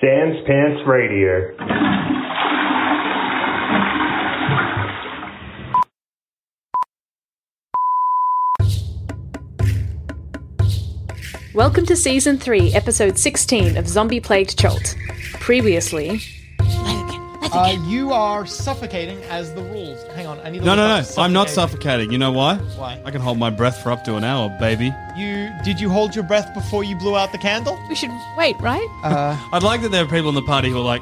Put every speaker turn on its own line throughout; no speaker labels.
Sans Pants Radio.
Welcome to Season 3, Episode 16 of Zombie Plagued Chult. Previously,
Uh, you are suffocating as the rules. Hang on, I need. To
No,
look
no,
up
no. I'm not
suffocating.
suffocating. You know why?
Why?
I can hold my breath for up to an hour, baby.
You did you hold your breath before you blew out the candle?
we should wait, right?
I'd like that there are people in the party who are like,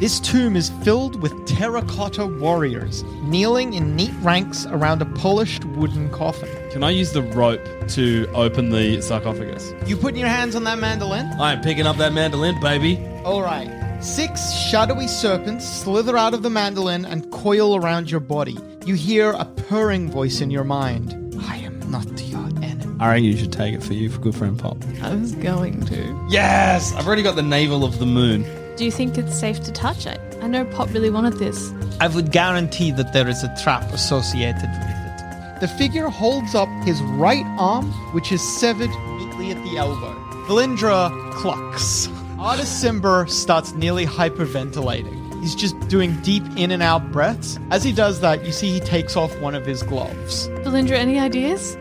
This tomb is filled with terracotta warriors kneeling in neat ranks around a polished wooden coffin.
can I use the rope to open the sarcophagus?
You putting your hands on that mandolin?
I am picking up that mandolin, baby.
All right. Six shadowy serpents slither out of the mandolin and coil around your body. You hear a purring voice in your mind. I am not your enemy.
I reckon you should take it for you for good friend Pop.
I was going to.
Yes! I've already got the navel of the moon.
Do you think it's safe to touch it? I know Pop really wanted this.
I would guarantee that there is a trap associated with it. The figure holds up his right arm, which is severed neatly at the elbow. Valindra clucks. Artis Simber starts nearly hyperventilating. He's just doing deep in and out breaths. As he does that, you see he takes off one of his gloves.
Valindra, any ideas?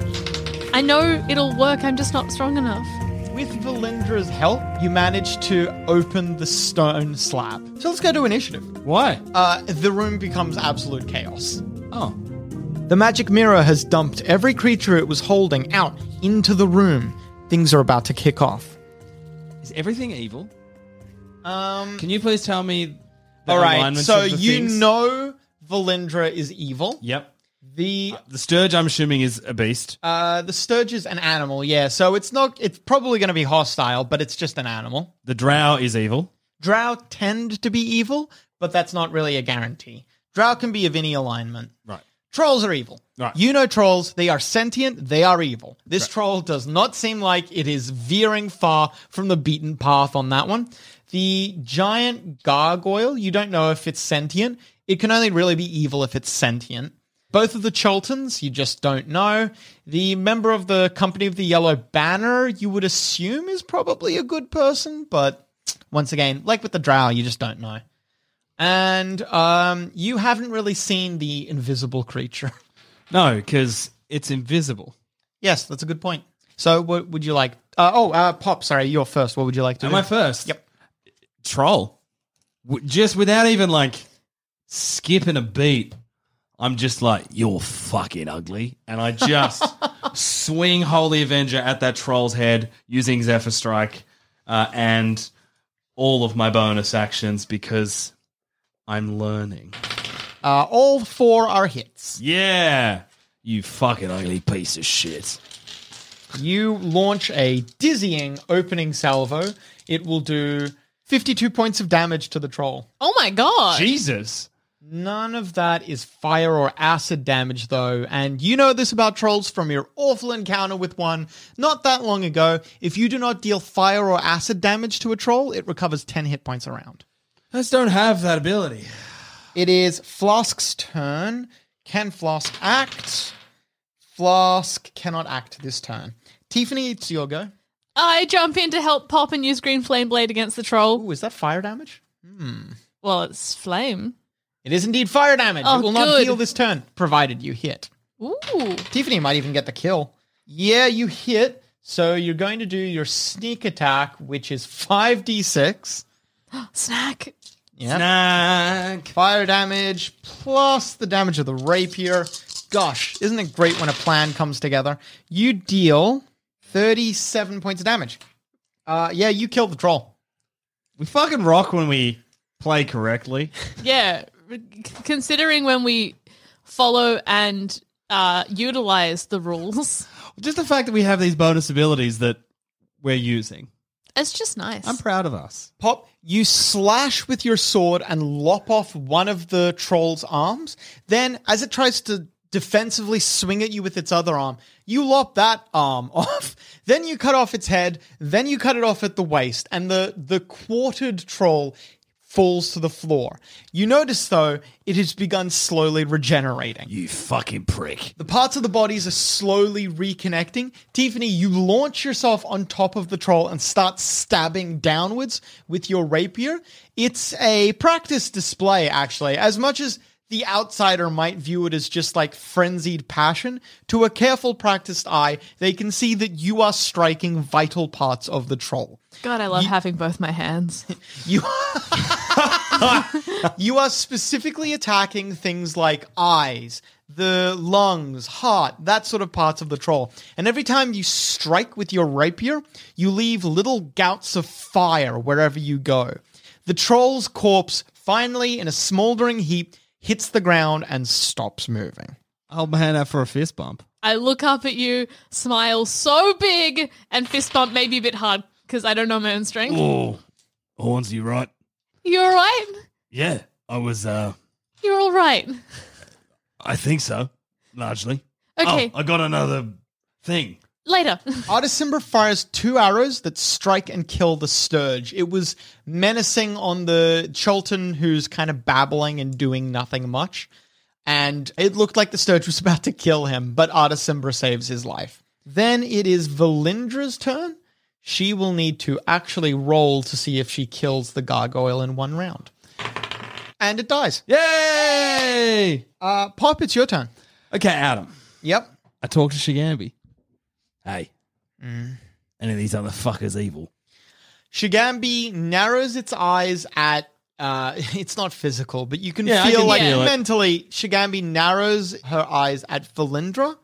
I know it'll work, I'm just not strong enough.
With Valindra's help, you manage to open the stone slab. So let's go to initiative.
Why?
Uh, the room becomes absolute chaos.
Oh.
The magic mirror has dumped every creature it was holding out into the room. Things are about to kick off.
Is everything evil?
Um,
Can you please tell me the
all right,
alignments
so
of the
you
things?
know Valindra is evil.
Yep.
The
The Sturge, I'm assuming, is a beast.
uh, the Sturge is an animal, yeah. So it's not. It's probably going to be hostile, but it's just an animal.
The Drow is evil.
Drow tend to be evil, but that's not really a guarantee. Drow can be of any alignment.
Right.
Trolls are evil.
Right.
You know trolls. They are sentient. They are evil. This troll does not seem like it is veering far from the beaten path on that one. The giant gargoyle, you don't know if it's sentient. It can only really be evil if it's sentient. Both of the Choltons, you just don't know. The member of the Company of the Yellow Banner, you would assume is probably a good person, but once again, like with the Drow, you just don't know. And um, you haven't really seen the invisible creature.
No, because it's invisible.
Yes, that's a good point. So, what would you like? Uh, oh, uh, Pop, sorry, you're first. What would you like to
Am
do?
I first?
Yep.
Troll. W- just without even like skipping a beat, I'm just like, you're fucking ugly. And I just swing Holy Avenger at that troll's head using Zephyr Strike uh, and all of my bonus actions because I'm learning.
Uh, all four are hits.
Yeah. You fucking ugly piece of shit.
You launch a dizzying opening salvo. It will do 52 points of damage to the troll.
Oh my god!
Jesus.
None of that is fire or acid damage, though, and you know this about trolls from your awful encounter with one not that long ago. If you do not deal fire or acid damage to a troll, it recovers 10 hit points a round.
I just don't have that ability.
It is Flask's turn. Can Flask act? Flask cannot act this turn. Tiffany, it's your go.
I jump in to help Pop and use Green Flame Blade against the troll.
Ooh, is that fire damage?
Well, it's flame.
It is indeed fire damage.
Oh,
it will not
good.
heal this turn, provided you hit.
Ooh.
Tiffany might even get the kill. Yeah, you hit. So you're going to do your sneak attack, which is 5d6.
Snack.
Yeah.
Snack.
Fire damage plus the damage of the rapier. Gosh, isn't it great when a plan comes together? You deal 37 points of damage. Uh, yeah, you killed the troll.
We fucking rock when we play correctly.
Yeah. r- c- Considering when we follow and uh, utilize the rules,
Just the fact that we have these bonus abilities that we're using.
it's just nice.
I'm proud of us.
Pop, you slash with your sword and lop off one of the troll's arms. Then, as it tries to defensively swing at you with its other arm, you lop that arm off. Then you cut off its head. Then you cut it off at the waist, and the the quartered troll falls to the floor. You notice though it has begun slowly regenerating.
You fucking prick.
The parts of the bodies are slowly reconnecting. Tiffany, you launch yourself on top of the troll and start stabbing downwards with your rapier. It's a practice display, actually. As much as the outsider might view it as just like frenzied passion, to a careful practiced eye, they can see that you are striking vital parts of the troll.
God, I love having both my hands.
You You are specifically attacking things like eyes, the lungs, heart, that sort of parts of the troll. And every time you strike with your rapier, you leave little gouts of fire wherever you go. The troll's corpse finally in a smoldering heap hits the ground and stops moving.
I'll hand out for a fist bump.
I look up at you, smile so big, and fist bump maybe a bit hard because I don't know my own strength.
Oh, horns, you right?
You all right?
Yeah, I was. uh
You're all right.
I think so, largely.
Okay.
Oh, I got another thing.
Later.
Artisimber fires two arrows that strike and kill the Sturge. It was menacing on the Cholton, who's kind of babbling and doing nothing much. And it looked like the Sturge was about to kill him, but Artisimber saves his life. Then it is Valindra's turn. She will need to actually roll to see if she kills the gargoyle in one round. And it dies.
Yay!
Uh, Pop, it's your turn.
Okay, Adam.
Yep.
I talked to Shigambi. Hey, Mm. any of these other fuckers evil?
Shigambi narrows its eyes at. Uh, it's not physical, but you can
Yeah, I
feel
can
like
feel it.
mentally, Shigambi narrows her eyes at Valindra.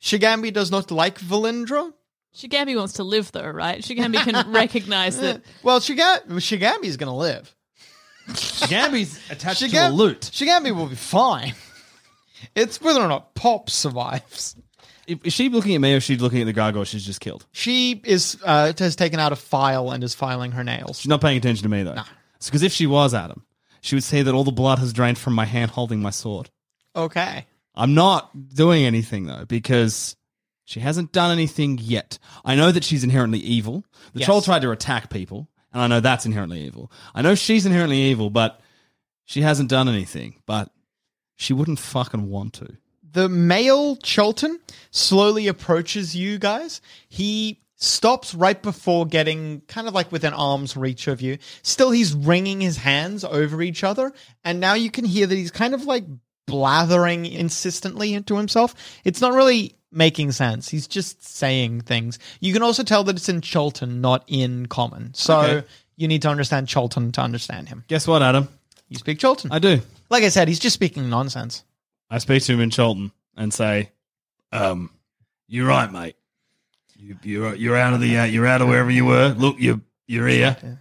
Shigambi does not like Valindra.
Shigambi wants to live though, right? Shigambi can recognize
Eh.
that.
Well, Shiga- Shigambi's going to live.
Shigambi's attached
Shigam-
to a loot.
Shigambi will be fine. It's whether or not Pop survives.
If, is she looking at me or is she looking at the gargoyle she's just killed?
She is uh, has taken out a file and is filing her nails.
She's not paying attention to me, though. because if she was, Adam, she would see that all the blood has drained from my hand holding my sword.
Okay.
I'm not doing anything though because she hasn't done anything yet. I know that she's inherently evil. The
Yes.
troll tried to attack people, and I know that's inherently evil. I know she's inherently evil, but she hasn't done anything. But she wouldn't fucking want to.
the male Cholton slowly approaches you guys. He stops right before getting kind of like within arm's reach of you. Still, he's wringing his hands over each other. And now you can hear that he's kind of like blathering insistently into himself. It's not really making sense. He's just saying things. You can also tell that it's in Cholton, not in common. So
Okay.
you need to understand Cholton to understand him.
Guess what, Adam?
You speak Cholton.
I do.
like I said, he's just speaking nonsense.
I speak to him in Cholton and say, "Um, you're right, mate. You, you're you're out of the uh, you're out of wherever you were. Look, you're you're here."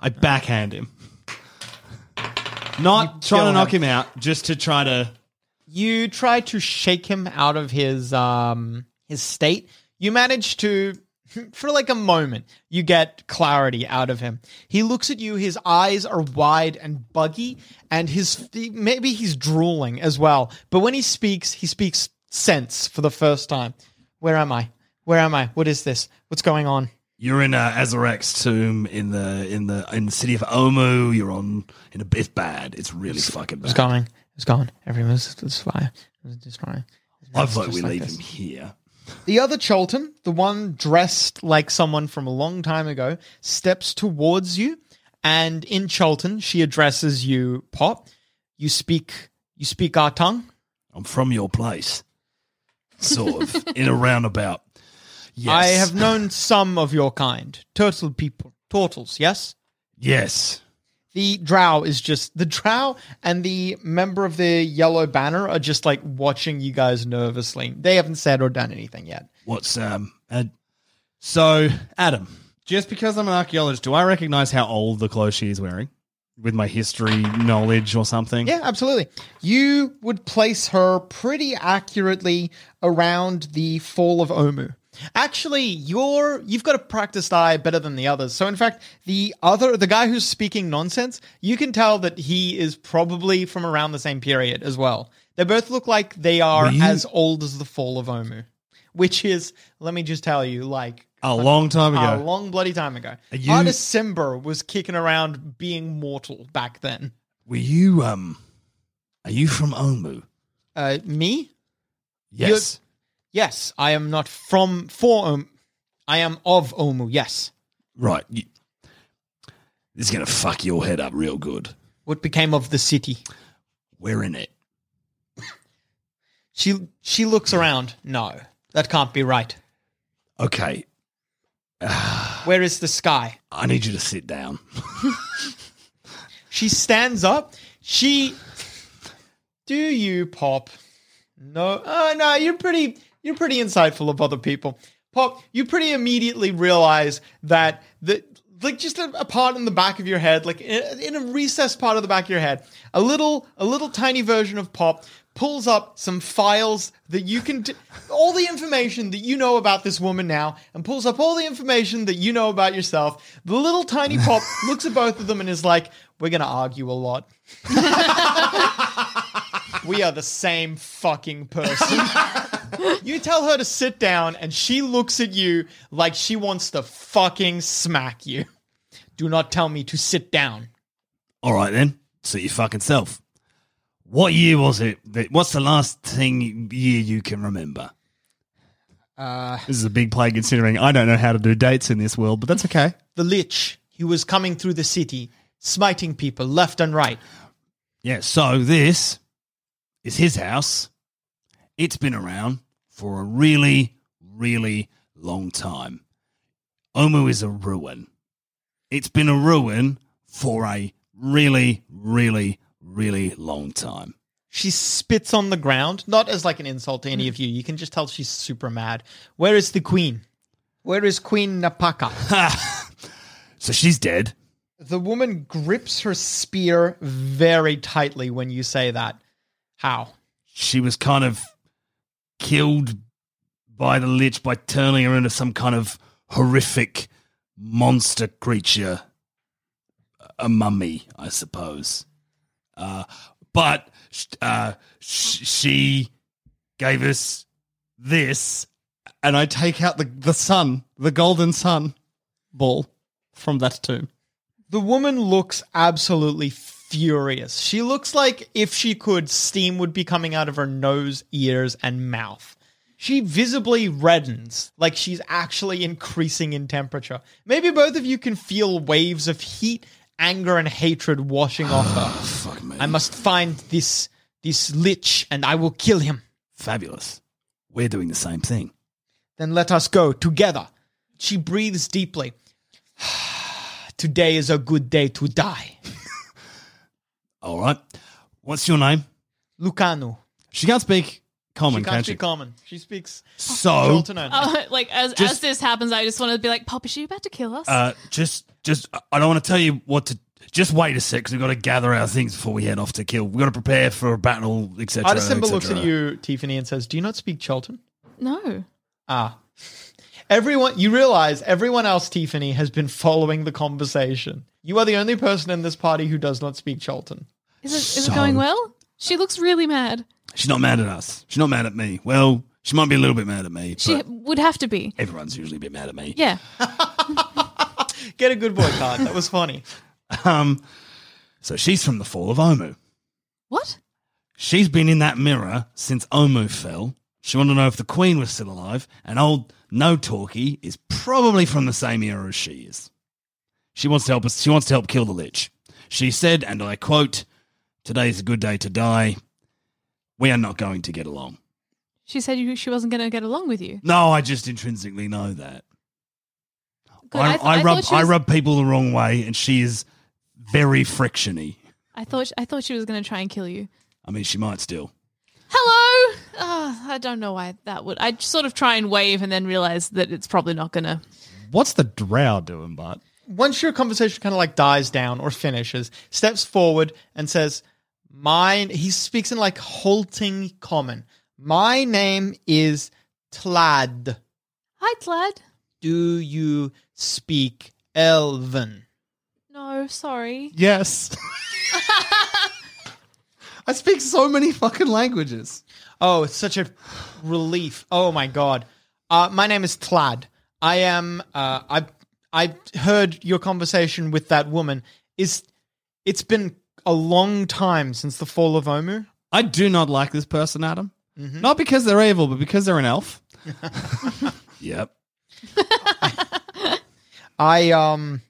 I backhand him, not
kill
trying to knock
him.
him out, just to try to.
you try to shake him out of his um his state you manage to for like a moment you get clarity out of him he looks at you his eyes are wide and buggy and his maybe he's drooling as well but when he speaks he speaks sense for the first time where am i where am i what is this what's going on
You're in uh, Azarak's tomb in the in the in the city of Omu. You're on in a it's bad. It's really fucking
it's
bad.
going it's gone everyone's it's fire it's destroying
I vote
just
we
like
leave
this.
him here.
The other Cholton, the one dressed like someone from a long time ago, steps towards you, and in Cholton, she addresses you, Pop. You speak, you speak our tongue.
I'm from your place, sort of, in a roundabout. Yes.
I have known some of your kind, turtle people, turtles. Yes,
Yes.
the drow is just the drow and the member of the yellow banner are just like watching you guys nervously. They haven't said or done anything yet.
What's um? Ad- so Adam, just because I'm an archaeologist, do I recognize how old the clothes she is wearing with my history knowledge or something?
Yeah, absolutely. You would place her pretty accurately around the fall of Omu. Actually, you're you've got a practiced eye better than the others. So in fact, the other the guy who's speaking nonsense, you can tell that he is probably from around the same period as well. They both look like they are as old as the fall of Omu, which is let me just tell you like
A long time
a
ago.
long bloody time ago.
you-
Artist Simba was kicking around being mortal back then.
Were you um? Are you from Omu?
Uh, me?
Yes.
Yes, I am not from for Om- I am of Omu. Yes.
Right. You- this is gonna fuck your head up real good.
What became of the city?
We're in it.
She she looks around. No, that can't be right.
Okay.
Where is the sky?
I need you to sit down.
She stands up. She. Do you pop? No. Oh no, you're pretty. You're pretty insightful of other people. Pop, you pretty immediately realize that the like just a, a part in the back of your head, like in, in a recessed part of the back of your head, a little, a little tiny version of Pop pulls up some files that you can t- all the information that you know about this woman now and pulls up all the information that you know about yourself the little tiny pop looks at both of them and is like we're going to argue a lot we are the same fucking person you tell her to sit down and she looks at you like she wants to fucking smack you do not tell me to sit down
All right then, suit your fucking self. What year was it? That, what's the last thing year you can remember? Uh, this is a big play considering I don't know how to do dates in this world, but that's okay.
the lich he was coming through the city smiting people left and right
yeah, so this is his house. It's been around for a really, really long time. Omu is a ruin. It's been a ruin for a really, really, really long time.
She spits on the ground, not as like an insult to any of you. You can just tell she's super mad. Where is the queen? Where is Queen Napaka?
So she's dead.
the woman grips her spear very tightly when you say that. How?
she was kind of killed by the lich by turning her into some kind of horrific monster creature, a mummy, I suppose. Uh, but uh, sh- she gave us this, and I take out the the sun, the golden sun ball from that tomb.
The woman looks absolutely furious. She looks like if she could, steam would be coming out of her nose, ears, and mouth. She visibly reddens, like she's actually increasing in temperature. Maybe both of you can feel waves of heat, anger, and hatred washing off her.
Fuck me,
I must find this this lich and I will kill him.
fabulous. We're doing the same thing.
Then let us go together. She breathes deeply. Today is a good day to die.
All right. What's your name?
Lucano.
She can't speak common, Oh.
She
can
can't
she?
speak common. She speaks
so,
Joltenon.
Uh, like as
Just-
as this happens, I just want to be like, Pop, is she about to kill us?
uh, just, just, I don't want to tell you what to. Just wait a sec, 'cause we've got to gather our things before we head off to kill. We've got to prepare for a battle, etc.
Artisimba
etc..
looks at you, Tiffany, and says, Do you not speak Cholton?
no.
Ah. Everyone, you realize everyone else, Tiffany, has been following the conversation. You are the only person in this party who does not speak Cholton.
Is it is
So-
it going well? She looks really mad.
She's not mad at us. She's not mad at me. Well, she might be a little bit mad at me.
She
but Uh,
would have to be.
everyone's usually a bit mad at me.
Yeah.
Get a good boy card. That was funny.
Um. So she's from the fall of Omu.
What?
She's been in that mirror since Omu fell. She wanted to know if the queen was still alive, and old No Talkie is probably from the same era as she is. She wants to help us. She wants to help kill the lich. She said, and I quote, "Today's a good day to die. We are not going to get along."
She said you, she wasn't going to get along with you.
No, I just intrinsically know that.
Good,
I,
th-
I,
thought
rub
she
I
was-
rub people the wrong way, and she is very frictiony.
I thought she, I thought she was going to try and kill you.
I mean, she might still.
Hello. Oh, I don't know why that would. I sort of try and wave and then realize that it's probably not going to.
What's the drow doing, Bart?
once your conversation kind of like dies down or finishes, steps forward and says, "Mine." He speaks in like halting common. My name is Tlad.
Hi, Tlad.
Do you speak Elven?
No, sorry.
Yes. I speak so many fucking languages.
Oh, it's such a relief. Oh my god. Uh, my name is Tlad. I am. Uh, I I heard your conversation with that woman. Is it's been a long time since the fall of Omu.
I do not like this person, Adam. Not because they're evil, but because they're an elf.
Yep.
I um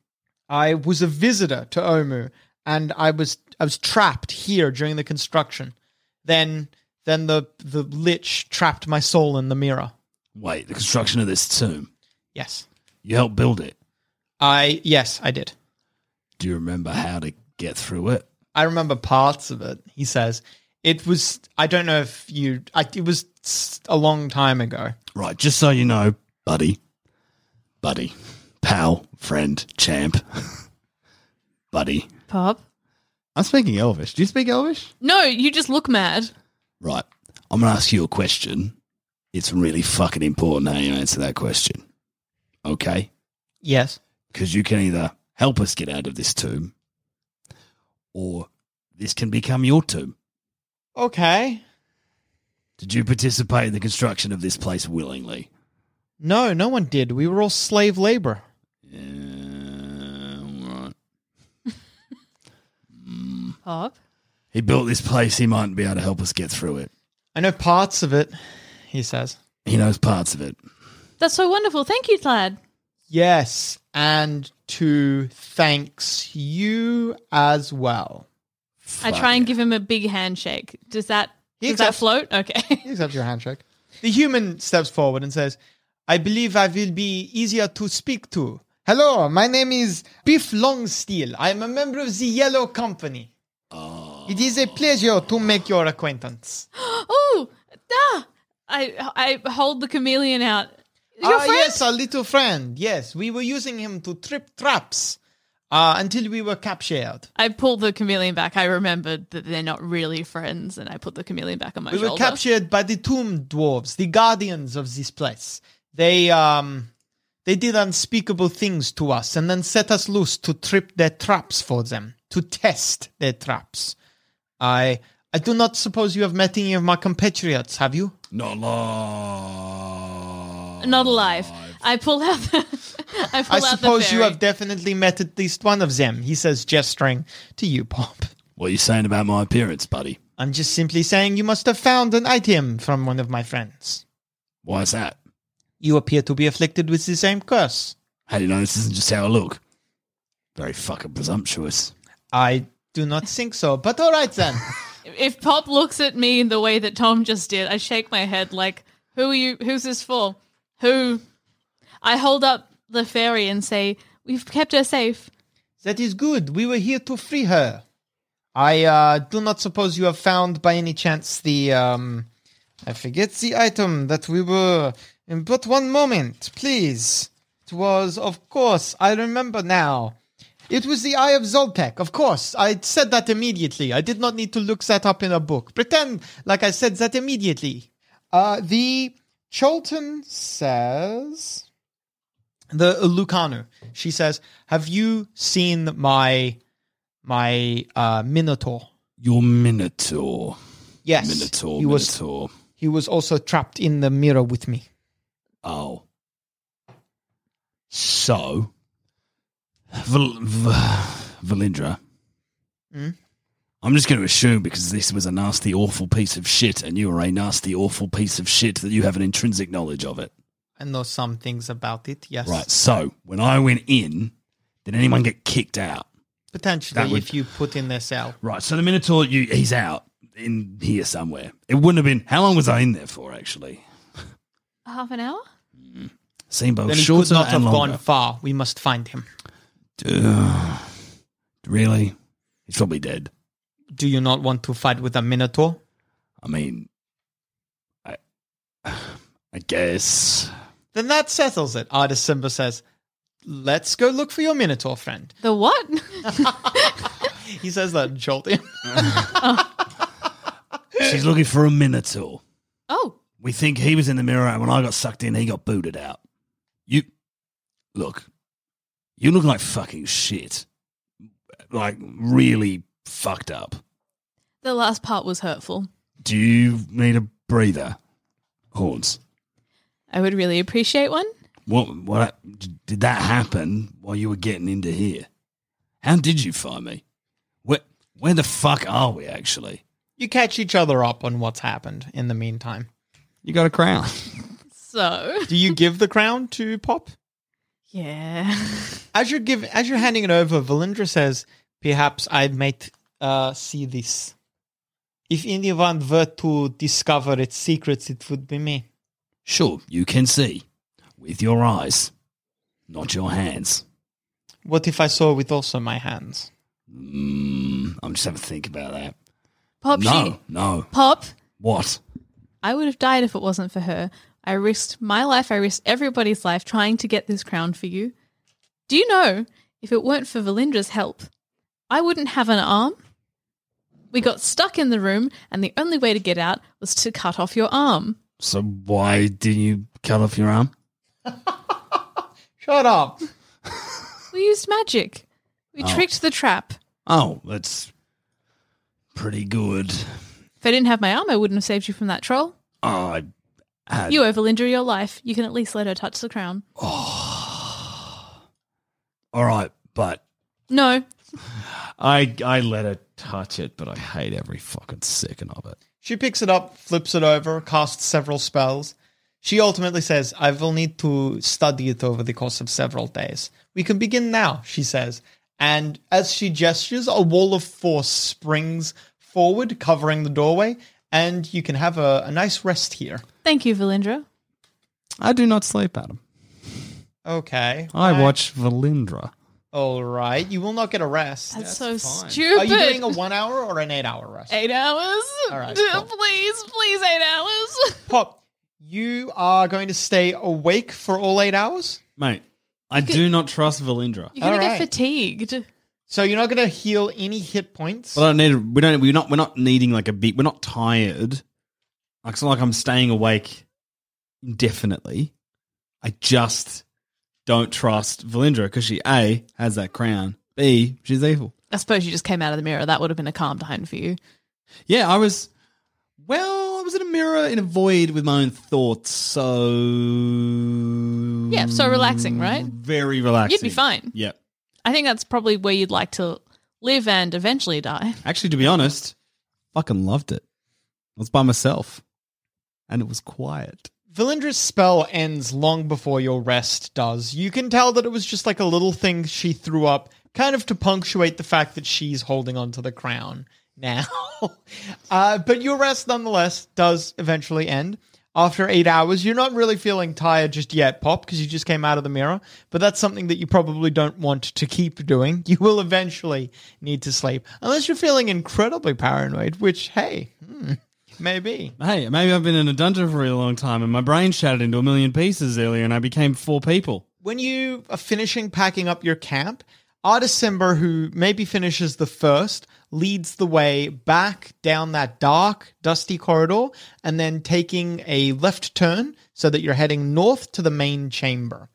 I was a visitor to Omu and I was I was trapped here during the construction. Then then the the lich trapped my soul in the mirror.
Wait, the construction of this tomb.
Yes.
You helped build it.
I yes, I did.
Do you remember how to get through it?
I remember parts of it. He says it was I don't know if you I, it was s- a long time ago.
Right, just so you know, buddy, buddy, pal, friend, champ, buddy.
Pop.
I'm speaking Elvish. Do you speak Elvish?
No, you just look mad.
Right, I'm going to ask you a question. It's really fucking important how you answer that question. Okay?
Yes.
Because you can either help us get out of this tomb or this can become your tomb.
Okay.
Did you participate in the construction of this place willingly?
No, no one did. We were all slave labor.
Yeah, all right.
Pop.
He built this place. He mightn't be able to help us get through it.
I know parts of it, he says.
He knows parts of it.
That's so wonderful. Thank you, Tlad.
Yes, and to thanks you as well.
I try and give him a big handshake. Does that
He
does that
accepts-
float? Okay.
He accepts your handshake. The human steps forward and says, I believe I will be easier to speak to. Hello, my name is Beef Longsteel. I am a member of the Yellow Company. It is a pleasure to make your acquaintance.
oh, ah! I I hold the chameleon out. Your
Ah,
friend?
yes, our little friend. Yes, we were using him to trip traps uh, until we were captured.
I pulled the chameleon back. I remembered that they're not really friends, and I put the chameleon back on my
We
shoulder.
were captured by the tomb dwarves, the guardians of this place. They um they did unspeakable things to us and then set us loose to trip their traps for them, to test their traps. I I do not suppose you have met any of my compatriots, have you?
Not long.
Not alive. I pull out. The, I pull
I
out
suppose
the
you
fairy.
have definitely met at least one of them, he says, gesturing to you, Pop.
What are you saying about my appearance, buddy?
I'm just simply saying you must have found an item from one of my friends.
Why is that?
You appear to be afflicted with the same curse.
How do you know this isn't just how I look? Very fucking presumptuous.
I do not think so, but all right then.
If Pop looks at me in the way that Tom just did, I shake my head like, "Who are you? Who's this for? Who?" I hold up the fairy and say, "We've kept her safe."
That is good. We were here to free her. I uh, do not suppose you have found by any chance the um I forget the item that we were but one moment, please. It was of course I remember now. It was the Eye of Zoltec, of course. I said that immediately. I did not need to look that up in a book. Pretend like I said that immediately. Uh the Cholton says the uh, Lucanu. She says, "Have you seen my my uh, Minotaur?"
Your Minotaur.
Yes,
Minotaur,
He was
Minotaur.
he was also trapped in the mirror with me.
Oh. So, Val- V- Valindra,
Hmm?
I'm just going to assume because this was a nasty, awful piece of shit, and you are a nasty, awful piece of shit, that you have an intrinsic knowledge of it.
I know some things about it. Yes,
Right. So, when I went in, did anyone get kicked out?
Potentially,
That would-
if you put in their cell,
Right. So, the Minotaur, you, he's out. in here somewhere. It wouldn't have been. How long was I in there for? Actually,
Half an hour?
seemed both
Then he could
shorter
not have
and
gone
longer.
far. We must find him.
Ugh. really, he's probably dead.
Do you not want to fight with a minotaur?
I mean, I, I guess.
Then that settles it. Artist Simba says, "Let's go look for your minotaur friend."
The what?
He says that in Cholty.
She's looking for a minotaur.
oh,
We think he was in the mirror, and when I got sucked in, he got booted out. You look, you look like fucking shit. Like, really fucked up.
the last part was hurtful.
Do you need a breather? Horns.
I would really appreciate one.
What, what did that happen while you were getting into here? How did you find me? Where, where the fuck are we actually?
you catch each other up on what's happened in the meantime.
You got a crown.
So,
Do you give the crown to Pop?
yeah.
As you're give, as you're handing it over, Valindra says, "Perhaps I might uh, see this. If anyone were to discover its secrets, it would be me."
Sure, you can see with your eyes, not your hands.
What if I saw with also my hands?
Mm, I'm just having to think about that.
Pop,
no,
she,
no.
Pop,
What?
I would have died if it wasn't for her. I risked my life, I risked everybody's life trying to get this crown for you. Do you know, if it weren't for Valindra's help, I wouldn't have an arm? We got stuck in the room, and the only way to get out was to cut off your arm.
So why did you cut off your arm?
Shut up.
We used magic. We tricked the trap.
Oh, that's pretty good.
If I didn't have my arm, I wouldn't have saved you from that troll.
I had
You owe Valinda your life. You can at least let her touch the crown.
all right, but
No,
I I let her touch it, but I hate every fucking second of it.
She picks it up, flips it over, casts several spells. She ultimately says, I will need to study it over the course of several days. We can begin now, she says. And as she gestures, a wall of force springs forward, covering the doorway, and you can have a, a nice rest here.
thank you, Valindra.
I do not sleep, Adam.
Okay.
I watch Valindra.
All right. You will not get a rest.
That's, so
Are
stupid.
you doing a one hour or an eight hour rest?
Eight hours.
All right,
D-
cool.
Please, please, eight hours.
Pop, you are going to stay awake for all eight hours?
Mate, I do not trust Valindra.
You're gonna
All
get
right.
fatigued.
So you're not going to heal any hit points?
But I don't need. We don't. We're not. We're not needing like a beat. We're not tired. Like, It's not like I'm staying awake indefinitely. I just don't trust Valindra because she a has that crown. B she's evil.
I suppose you just came out of the mirror. That would have been a calm time for you.
Yeah, I was. Well, I was in a mirror in a void with my own thoughts. So
Yeah, so relaxing, right?
Very relaxing.
You'd be fine.
Yeah.
I think that's probably where you'd like to live and eventually die.
Actually, to be honest, fucking loved it. I was by myself, and it was quiet.
Valindra's spell ends long before your rest does. You can tell that it was just like a little thing she threw up, kind of to punctuate the fact that she's holding onto the crown now. uh, but your rest, nonetheless, does eventually end. After eight hours, you're not really feeling tired just yet, Pop, because you just came out of the mirror. But that's something that you probably don't want to keep doing. You will eventually need to sleep, unless you're feeling incredibly paranoid, which, hey, hmm, maybe.
Hey, maybe I've been in a dungeon for a really long time and my brain shattered into a million pieces earlier and I became four people.
when you are finishing packing up your camp, Artisimber, who maybe finishes the first, leads the way back down that dark, dusty corridor, and then taking a left turn so that you're heading north to the main chamber.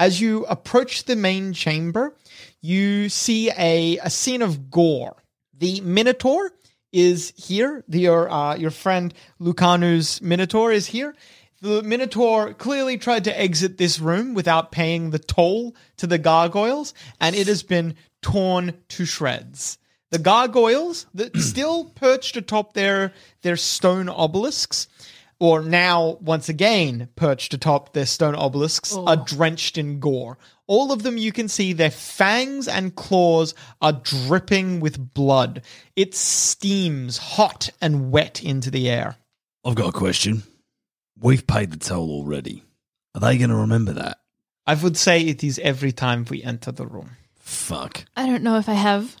As you approach the main chamber, you see a, a scene of gore. The Minotaur is here. The, your, uh, your friend Lucanu's Minotaur is here. The Minotaur clearly tried to exit this room without paying the toll to the gargoyles, and it has been torn to shreds. The gargoyles that still perched atop their their stone obelisks or now once again perched atop their stone obelisks, are drenched in gore. All of them you can see their fangs and claws are dripping with blood. It steams hot and wet into the air.
I've got a question. We've paid the toll already. Are they going to remember that?
I would say it is every time we enter the room.
Fuck.
I don't know if I have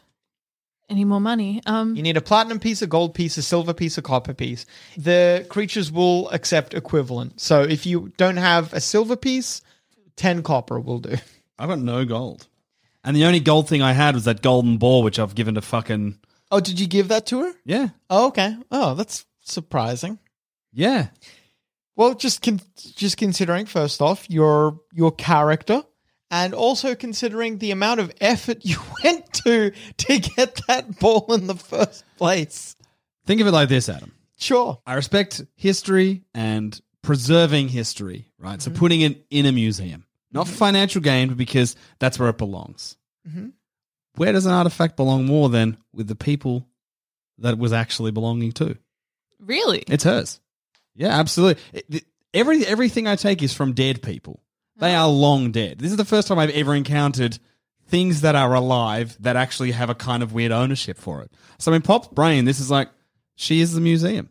any more money. Um,
You need a platinum piece, a gold piece, a silver piece, a copper piece. The creatures will accept equivalent. So if you don't have a silver piece, 10 copper will do.
I've got no gold. And the only gold thing I had was that golden ball, which I've given to fucking.
Oh, did you give that to her?
Yeah.
Oh, okay. Oh, that's surprising.
Yeah.
Well, just con- just considering first off your your character and also considering the amount of effort you went to to get that ball in the first place.
Think of it like this, Adam.
Sure.
I respect history and preserving history, right? So putting it in a museum, not for financial gain, but because that's where it belongs. Where does an artifact belong more than with the people that it was actually belonging to?
really?
It's hers. Yeah, absolutely. It- it- every everything I take is from dead people. They are long dead. This is the first time I've ever encountered things that are alive that actually have a kind of weird ownership for it. So in Pop's brain, this is like she is the museum.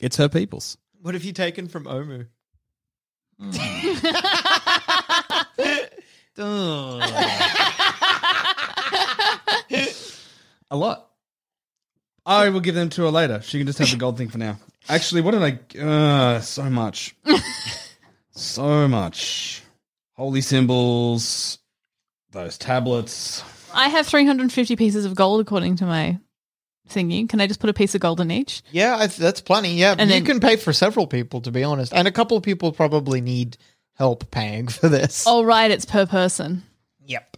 It's her people's.
What have you taken from Omu?
A lot. I will give them to her later. She can just have the gold thing for now. Actually, what did I? Uh, so much, so much. Holy symbols, those tablets.
I have 350 pieces of gold according to my thingy. Can I just put a piece of gold in each?
Yeah, I, that's plenty. Yeah,
And
you
then-
can pay for several people, to be honest, and a couple of people probably need help paying for this.
Oh, right. It's per person.
Yep.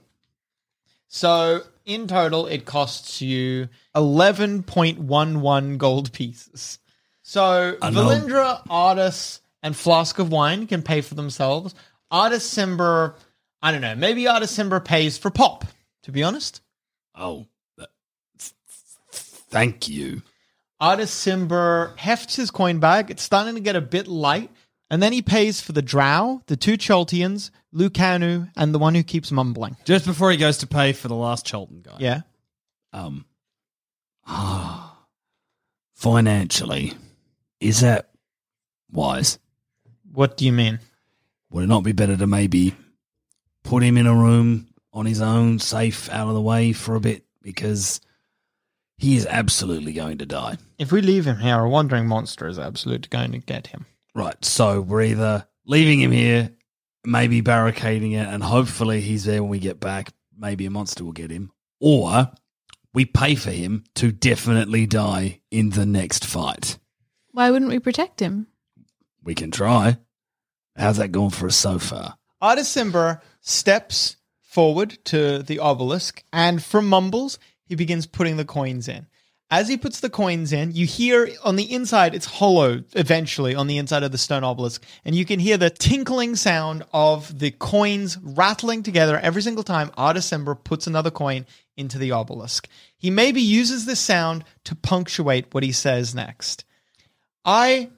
So in total, it costs you eleven point one one gold pieces. So
know.
Valindra, Artis, and Flask of Wine can pay for themselves. Artis Simber, I don't know. Maybe Artis Simber pays for Pop. To be honest,
Oh, that- thank you.
Artis Simber hefts his coin bag. It's starting to get a bit light, and then he pays for the Drow, the two Choltians, Lucanu, and the one who keeps mumbling.
Just before he goes to pay for the last Cholton guy.
Yeah.
Um, ah, financially, is that wise?
What do you mean?
Would it not be better to maybe put him in a room on his own, safe, out of the way for a bit? Because he is absolutely going to die.
If we leave him here, a wandering monster is absolutely going to get him.
Right. So we're either leaving him here, maybe barricading it, and hopefully he's there when we get back. Maybe a monster will get him. Or we pay for him to definitely die in the next fight.
Why wouldn't we protect him?
We can try. How's that going for us so far?
Artisimber steps forward to the obelisk, and from mumbles, he begins putting the coins in. As he puts the coins in, you hear on the inside, it's hollow eventually on the inside of the stone obelisk, and you can hear the tinkling sound of the coins rattling together every single time Artisimber puts another coin into the obelisk. He maybe uses this sound to punctuate what he says next. I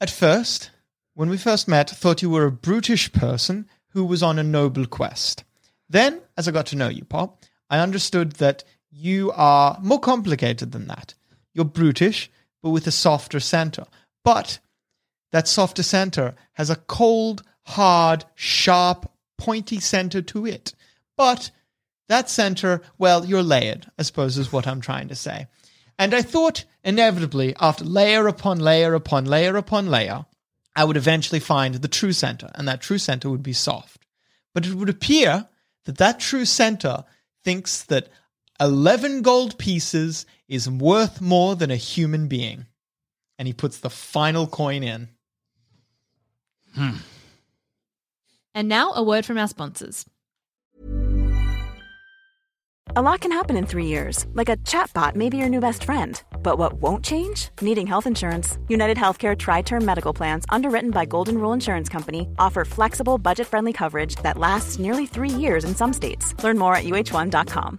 At first, when we first met, thought you were a brutish person who was on a noble quest. Then, as I got to know you, Pop, I understood that you are more complicated than that. You're brutish, but with a softer center. But that softer center has a cold, hard, sharp, pointy center to it. But that center, well, you're layered, I suppose, is what I'm trying to say. And I thought, inevitably, after layer upon layer upon layer upon layer, I would eventually find the true center, and that true center would be soft. But it would appear that that true center thinks that 11 gold pieces is worth more than a human being. And he puts the final coin in.
And now a word from our sponsors.
A lot can happen in three years, like a chatbot may be your new best friend. But what won't change? Needing health insurance. United Healthcare Tri Term Medical Plans, underwritten by Golden Rule Insurance Company, offer flexible, budget friendly coverage that lasts nearly three years in some states. Learn more at uh1.com.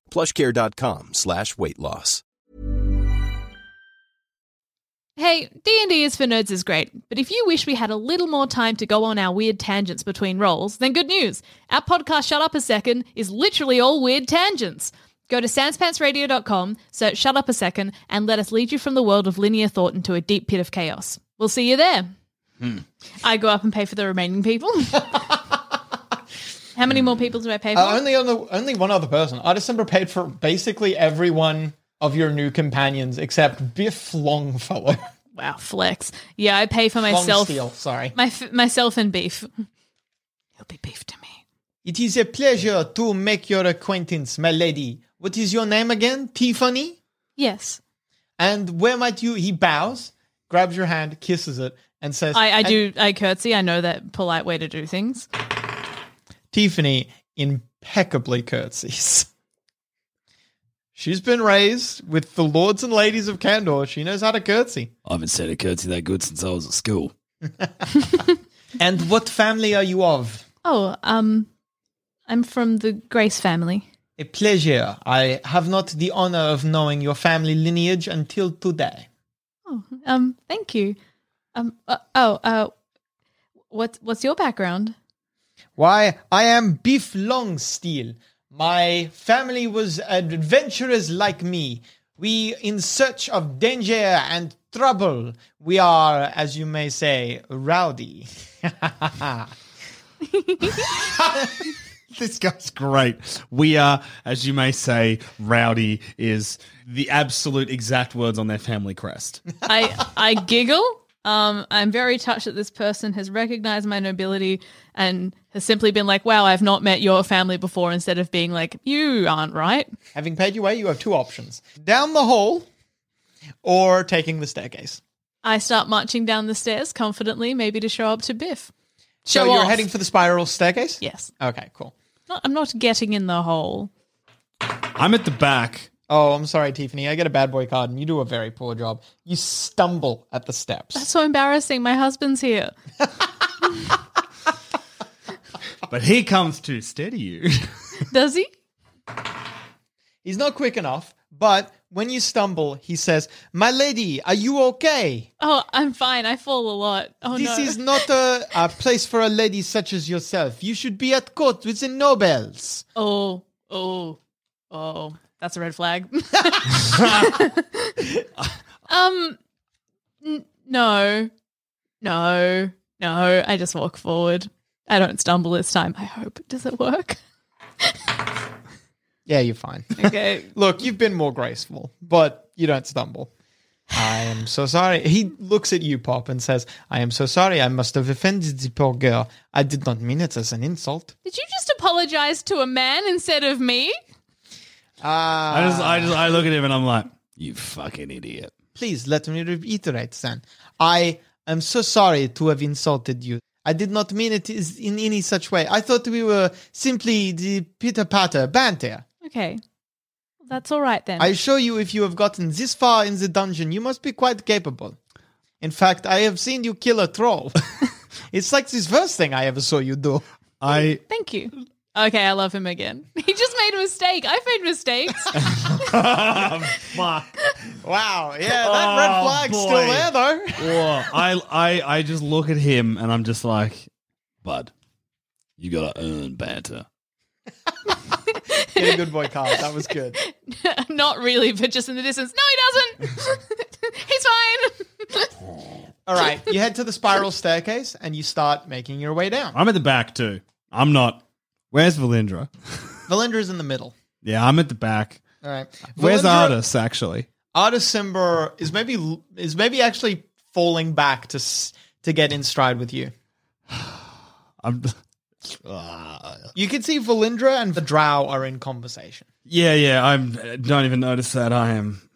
plushcare.com slash weight loss.
Hey, D&D is for Nerds is great, but if you wish we had a little more time to go on our weird tangents between roles, then good news. Our podcast Shut Up a Second is literally all weird tangents. Go to sanspantsradio.com, search Shut Up a Second, and let us lead you from the world of linear thought into a deep pit of chaos. We'll see you there.
Hmm.
I go up and pay for the remaining people. How many more people do I pay for?
Uh, only on the only one other person. Artisimber paid for basically every one of your new companions except Biff Longfellow.
Wow, flex. Yeah, I pay for myself.
Longsteel, sorry.
My f- myself and beef. He'll be beef to me.
It is a pleasure to make your acquaintance, my lady. What is your name again? Tiffany?
Yes.
And where might you? He bows, grabs your hand, kisses it, and says,
I, I
"And
do. I curtsy. I know that polite way to do things.
Tiffany impeccably curtsies. She's been raised with the lords and ladies of Candor. She knows how to curtsy.
I haven't said a curtsy that good since I was at school.
And what family are you of?
Oh, um, I'm from the Grace family.
A pleasure. I have not the honor of knowing your family lineage until today.
Oh, um, thank you. Um, uh, oh, uh, what's what's your background?
Why, I am Beef Longsteel. My family was adventurers like me. We in search of danger and trouble. We are, as you may say, rowdy.
This guy's great. We are, as you may say, rowdy is the absolute exact words on their family crest.
I I giggle. Um, I'm very touched that this person has recognized my nobility and has simply been like, "Wow, I've not met your family before." Instead of being like, "You aren't right."
Having paid your way, you have two options down the hall or taking the staircase.
I start marching down the stairs confidently, maybe to show up to Biff. Show
So you're
off.
heading for the spiral staircase?
Yes,
Okay, cool.
Not- I'm not getting in the hole.
I'm at the back.
Oh, I'm sorry, Tiffany. I get a bad boy card and you do a very poor job. You stumble at the steps.
That's so embarrassing. My husband's here.
But he comes to steady you.
Does he?
He's not quick enough, but when you stumble, he says, My lady, are you okay?
Oh, I'm fine. I fall a lot. Oh
this
no.
is not a, a place for a lady such as yourself. You should be at court with the nobles.
oh, oh, oh. That's a red flag. um, n- no, no, no. I just walk forward. I don't stumble this time. I hope. Does it work?
Yeah, you're fine.
Okay.
Look, you've been more graceful, but you don't stumble. I am so sorry. He looks at you, Pop, and says, I am so sorry. I must have offended the poor girl. I did not mean it as an insult.
Did you just apologize to a man instead of me?
Ah.
I just, I just, I look at him and I'm like,
You fucking idiot.
Please let me reiterate, then. I am so sorry to have insulted you. I did not mean it is in any such way. I thought we were simply the pitter patter banter.
Okay. That's all right then.
I assure you, if you have gotten this far in the dungeon, you must be quite capable. In fact, I have seen you kill a troll. it's like this first thing I ever saw you do.
I,
Thank you. Okay, I love him again. He just made a mistake. I've made mistakes.
fuck.
Wow, yeah, that red
Oh,
flag's
boy.
still there, though.
Whoa. I, I, I just look at him and I'm just like,
Bud, you gotta earn banter.
Get a good boy card. That was good.
Not really, but just in the distance. No, he doesn't. He's fine.
All right, you head to the spiral staircase and you start making your way down.
I'm at the back too. I'm not. Where's Valindra?
Valindra's in the middle.
Yeah, I'm at the back.
All right.
Where's
Valindra-
Artis actually?
Artisimber is maybe is maybe actually falling back to s- to get in stride with you.
I'm.
You can see Valindra and the Drow are in conversation.
Yeah, yeah. I'm. I don't even notice that I am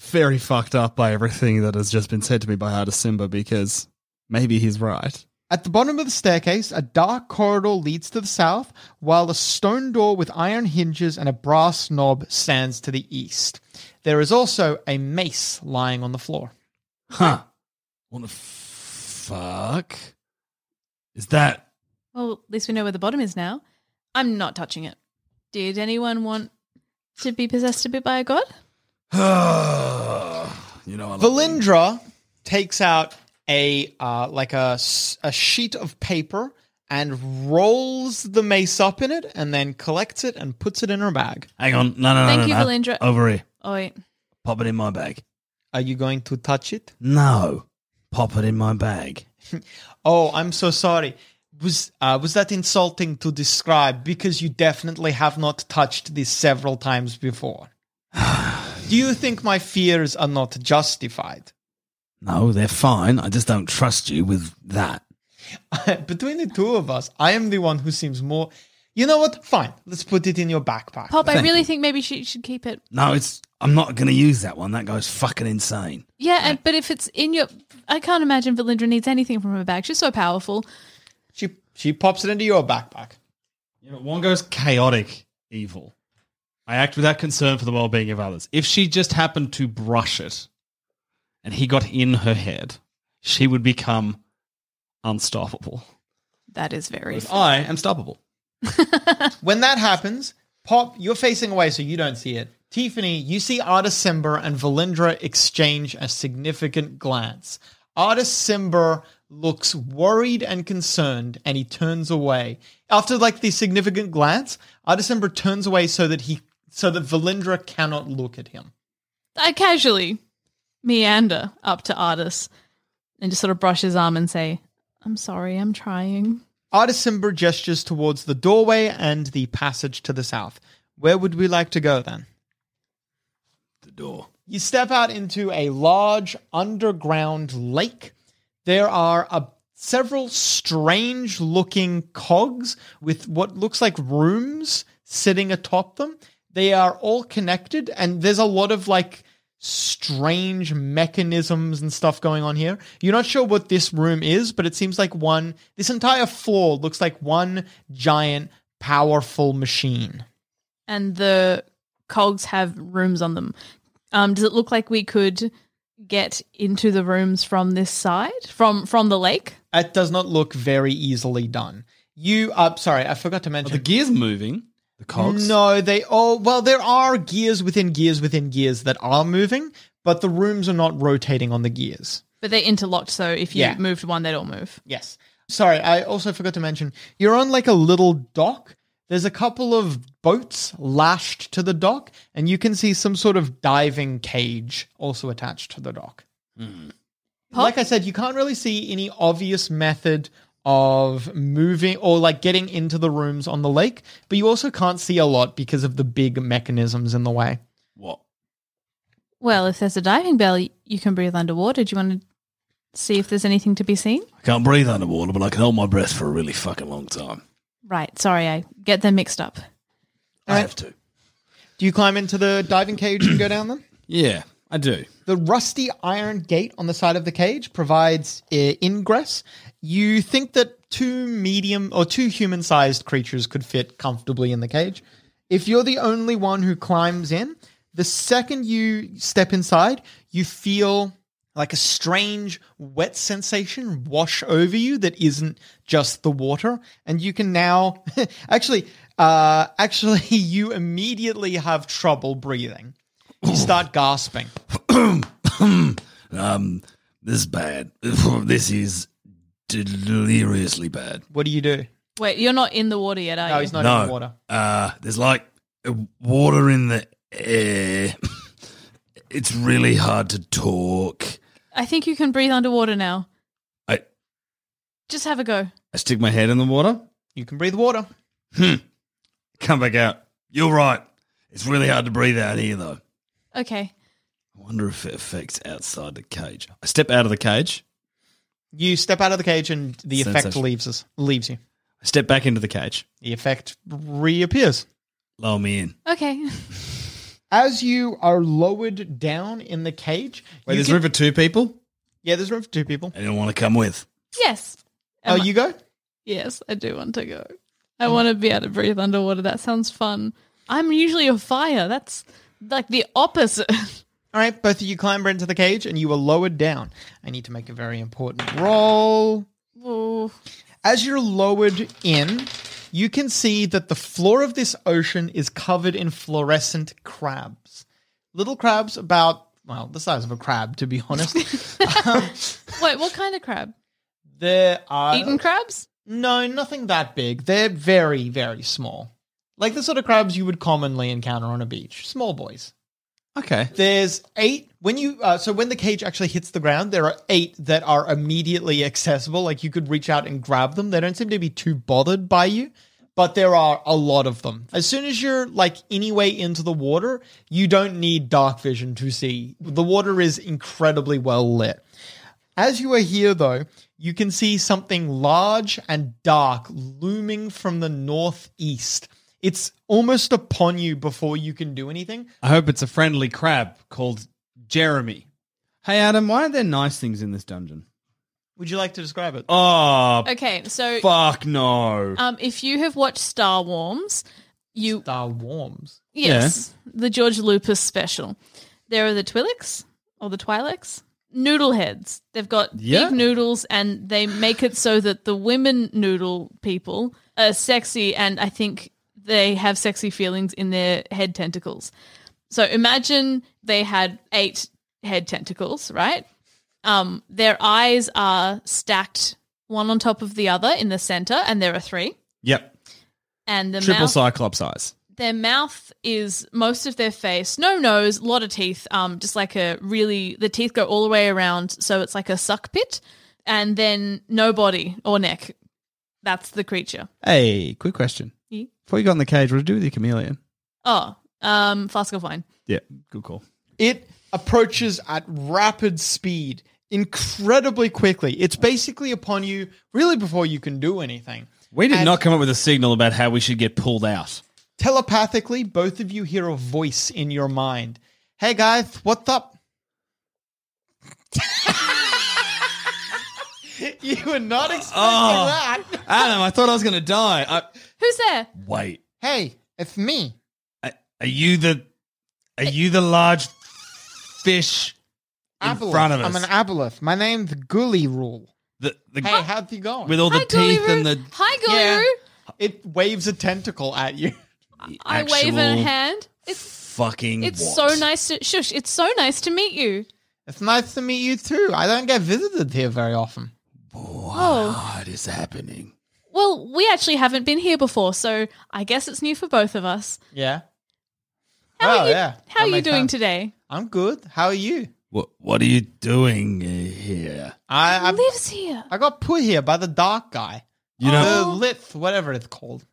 very fucked up by everything that has just been said to me by Artis Simba because maybe he's right.
At the bottom of the staircase, a dark corridor leads to the south, while a stone door with iron hinges and a brass knob stands to the east. There is also a mace lying on the floor.
Huh. What the fuck is that?
Well, at least we know where the bottom is now. I'm not touching it. Did anyone want to be possessed a bit by a god?
you know,
Valindra takes out a uh, like a, s- a sheet of paper and rolls the mace up in it, and then collects it and puts it in her bag.
Hang on. No, no, no.
Thank
no,
you,
no.
Valindra.
Over here.
Oh, wait.
Pop it in my bag.
Are you going to touch it?
No. Pop it in my bag.
Oh, I'm so sorry. Was uh, was that insulting to describe? Because you definitely have not touched this several times before. Do you think my fears are not justified?
No, they're fine. I just don't trust you with that.
Between the two of us, I am the one who seems more. You know what? Fine. Let's put it in your backpack.
Pop, I
Thank
really
you.
think maybe she should keep it.
No, it's. I'm not going to use that one. That goes fucking insane.
Yeah, and, but if it's in your. I can't imagine Valindra needs anything from her bag. She's so powerful.
She she pops it into your backpack.
Yeah, but Wongo's chaotic evil. I act without concern for the well being of others. If she just happened to brush it and he got in her head, she would become unstoppable.
That is very.
Whereas I am stoppable.
When that happens, Pop, you're facing away so you don't see it. Tiffany, you see Artis Simber and Valindra exchange a significant glance. Artis Simber looks worried and concerned and he turns away. After like the significant glance, Artis Simber turns away so that he so that Valindra cannot look at him.
I casually meander up to Artis and just sort of brush his arm and say, I'm sorry, I'm trying.
Artis Simber gestures towards the doorway and the passage to the south. Where would we like to go then?
The door.
You step out into a large underground lake. There are a, several strange looking cogs with what looks like rooms sitting atop them. They are all connected, and there's a lot of like strange mechanisms and stuff going on here. You're not sure what this room is, but it seems like one, this entire floor looks like one giant, powerful machine.
and the cogs have rooms on them. Um, does it look like we could get into the rooms from this side, from from the lake?
It does not look very easily done. You, uh, sorry, I forgot to
Are
mention.
the gears moving? The cogs?
No, they all. Well, there are gears within gears within gears that are moving, but the rooms are not rotating on the gears.
But they're interlocked, so if you
Yeah.
moved one, they'd all move.
Yes. Sorry, I also forgot to mention you're on like a little dock. There's a couple of boats lashed to the dock, and you can see some sort of diving cage also attached to the dock. Like I said, you can't really see any obvious method of moving or like getting into the rooms on the lake, but you also can't see a lot because of the big mechanisms in the way.
What?
Well, if there's a diving bell, y- you can breathe underwater. Do you want to see if there's anything to be seen?
I can't breathe underwater, but I can hold my breath for a really fucking long time.
Right. Sorry, I get them mixed up.
I have to.
Do you climb into the diving cage and go down them?
Yeah, I do.
The rusty iron gate on the side of the cage provides uh, ingress. You think that two medium or two human sized creatures could fit comfortably in the cage. If you're the only one who climbs in, the second you step inside, you feel like a strange wet sensation wash over you that isn't just the water and you can now actually uh actually you immediately have trouble breathing you start gasping
um, this is bad. this is deliriously bad.
What do you do?
Wait, you're not in the water yet, are
No,
you?
he's not in the water.
Uh, there's like water in the air. it's really hard to talk.
I think you can breathe underwater now.
I-
Just have a go.
I stick my head in the water.
You can breathe water.
Hmm. Come back out. You're right. It's really hard to breathe out here, though.
Okay.
I wonder if it affects outside the cage. I step out of the cage.
You step out of the cage and the effect
Sensation.
leaves us leaves you.
I step back into the cage.
The effect reappears.
Lower me in.
Okay.
As you are lowered down in the cage,
Wait,
you
there's
can-
room for two people?
yeah, there's room for two people.
I didn't want to come with.
Yes.
Oh,
Am I-
you go.
Yes, I do want to go. I want to be able to breathe underwater. That sounds fun. I'm usually a fire. That's like the opposite.
All right, both of you clamber into the cage and you are lowered down. I need to make a very important roll.
Ooh.
As you're lowered in, you can see that the floor of this ocean is covered in fluorescent crabs. Little crabs about, well, the size of a crab, to be honest. um,
Wait, what kind of crab?
there are.
Eating crabs?
No, nothing that big. They're very, very small. Like the sort of crabs you would commonly encounter on a beach. Small boys.
Okay.
There's eight when you uh, so when the cage actually hits the ground, there are eight that are immediately accessible. Like you could reach out and grab them. They don't seem to be too bothered by you, but there are a lot of them. As soon as you're like anyway into the water, you don't need dark vision to see. The water is incredibly well lit. As you are here, though, you can see something large and dark looming from the northeast. It's almost upon you before you can do anything.
I hope it's a friendly crab called Jeremy. Hey, Adam, why are there nice things in this dungeon?
Would you like to describe it?
Oh,
Okay, so
fuck no.
um, if you have watched Star Wars, you
Star Worms.
yes, the George Lucas special. There are the Twi'leks or the Twi'leks, noodle heads. They've got
Yeah.
big noodles, and they make it so that the women noodle people are sexy, and I think they have sexy feelings in their head tentacles. So imagine they had eight head tentacles, right? Um, their eyes are stacked one on top of the other in the center, and there are three.
Yep.
And the
Triple
mouth,
cyclops eyes.
their mouth is most of their face, no nose, a lot of teeth. Um, just like a really, the teeth go all the way around, so it's like a suck pit, and then no body or neck. That's the creature.
Hey, quick question.
Yeah.
Before you got in the cage, what did you do with your chameleon?
Oh, um, flask of wine.
Yeah, good call.
It approaches at rapid speed, incredibly quickly. It's basically upon you really before you can do anything.
We did
And-
not come up with a signal about how we should get pulled out.
Telepathically, both of you hear a voice in your mind. Hey guys, what's up? you were not expecting
Oh.
that.
Adam, I thought I was going to die. I,
Who's there?
wait,
Hey, it's me.
are, are you the are you the large fish in
Aboleth.
front of us?
I'm an aboleth. My name's Gully Rule.
the, the,
Hey, how's you going?
with all the
Hi,
teeth
Guru.
and the
Hi, Guru.
Yeah. it waves a tentacle at you.
I wave a
actual
hand. It's
Fucking,
it's
what?
so nice to shush. It's so nice to meet you.
It's nice to meet you too. I don't get visited here very often.
Oh,
What is happening?
well, we actually haven't been here before, so I guess it's new for both of us.
Yeah.
How
Oh,
are you?
yeah.
How
That
are you
makes
doing
sense.
today?
I'm good. How are you?
What What are you doing uh,
Oh.
here?
I I,
lives here.
I got put here by the dark guy.
You
The
know,
Oh.
Lith, whatever it's called.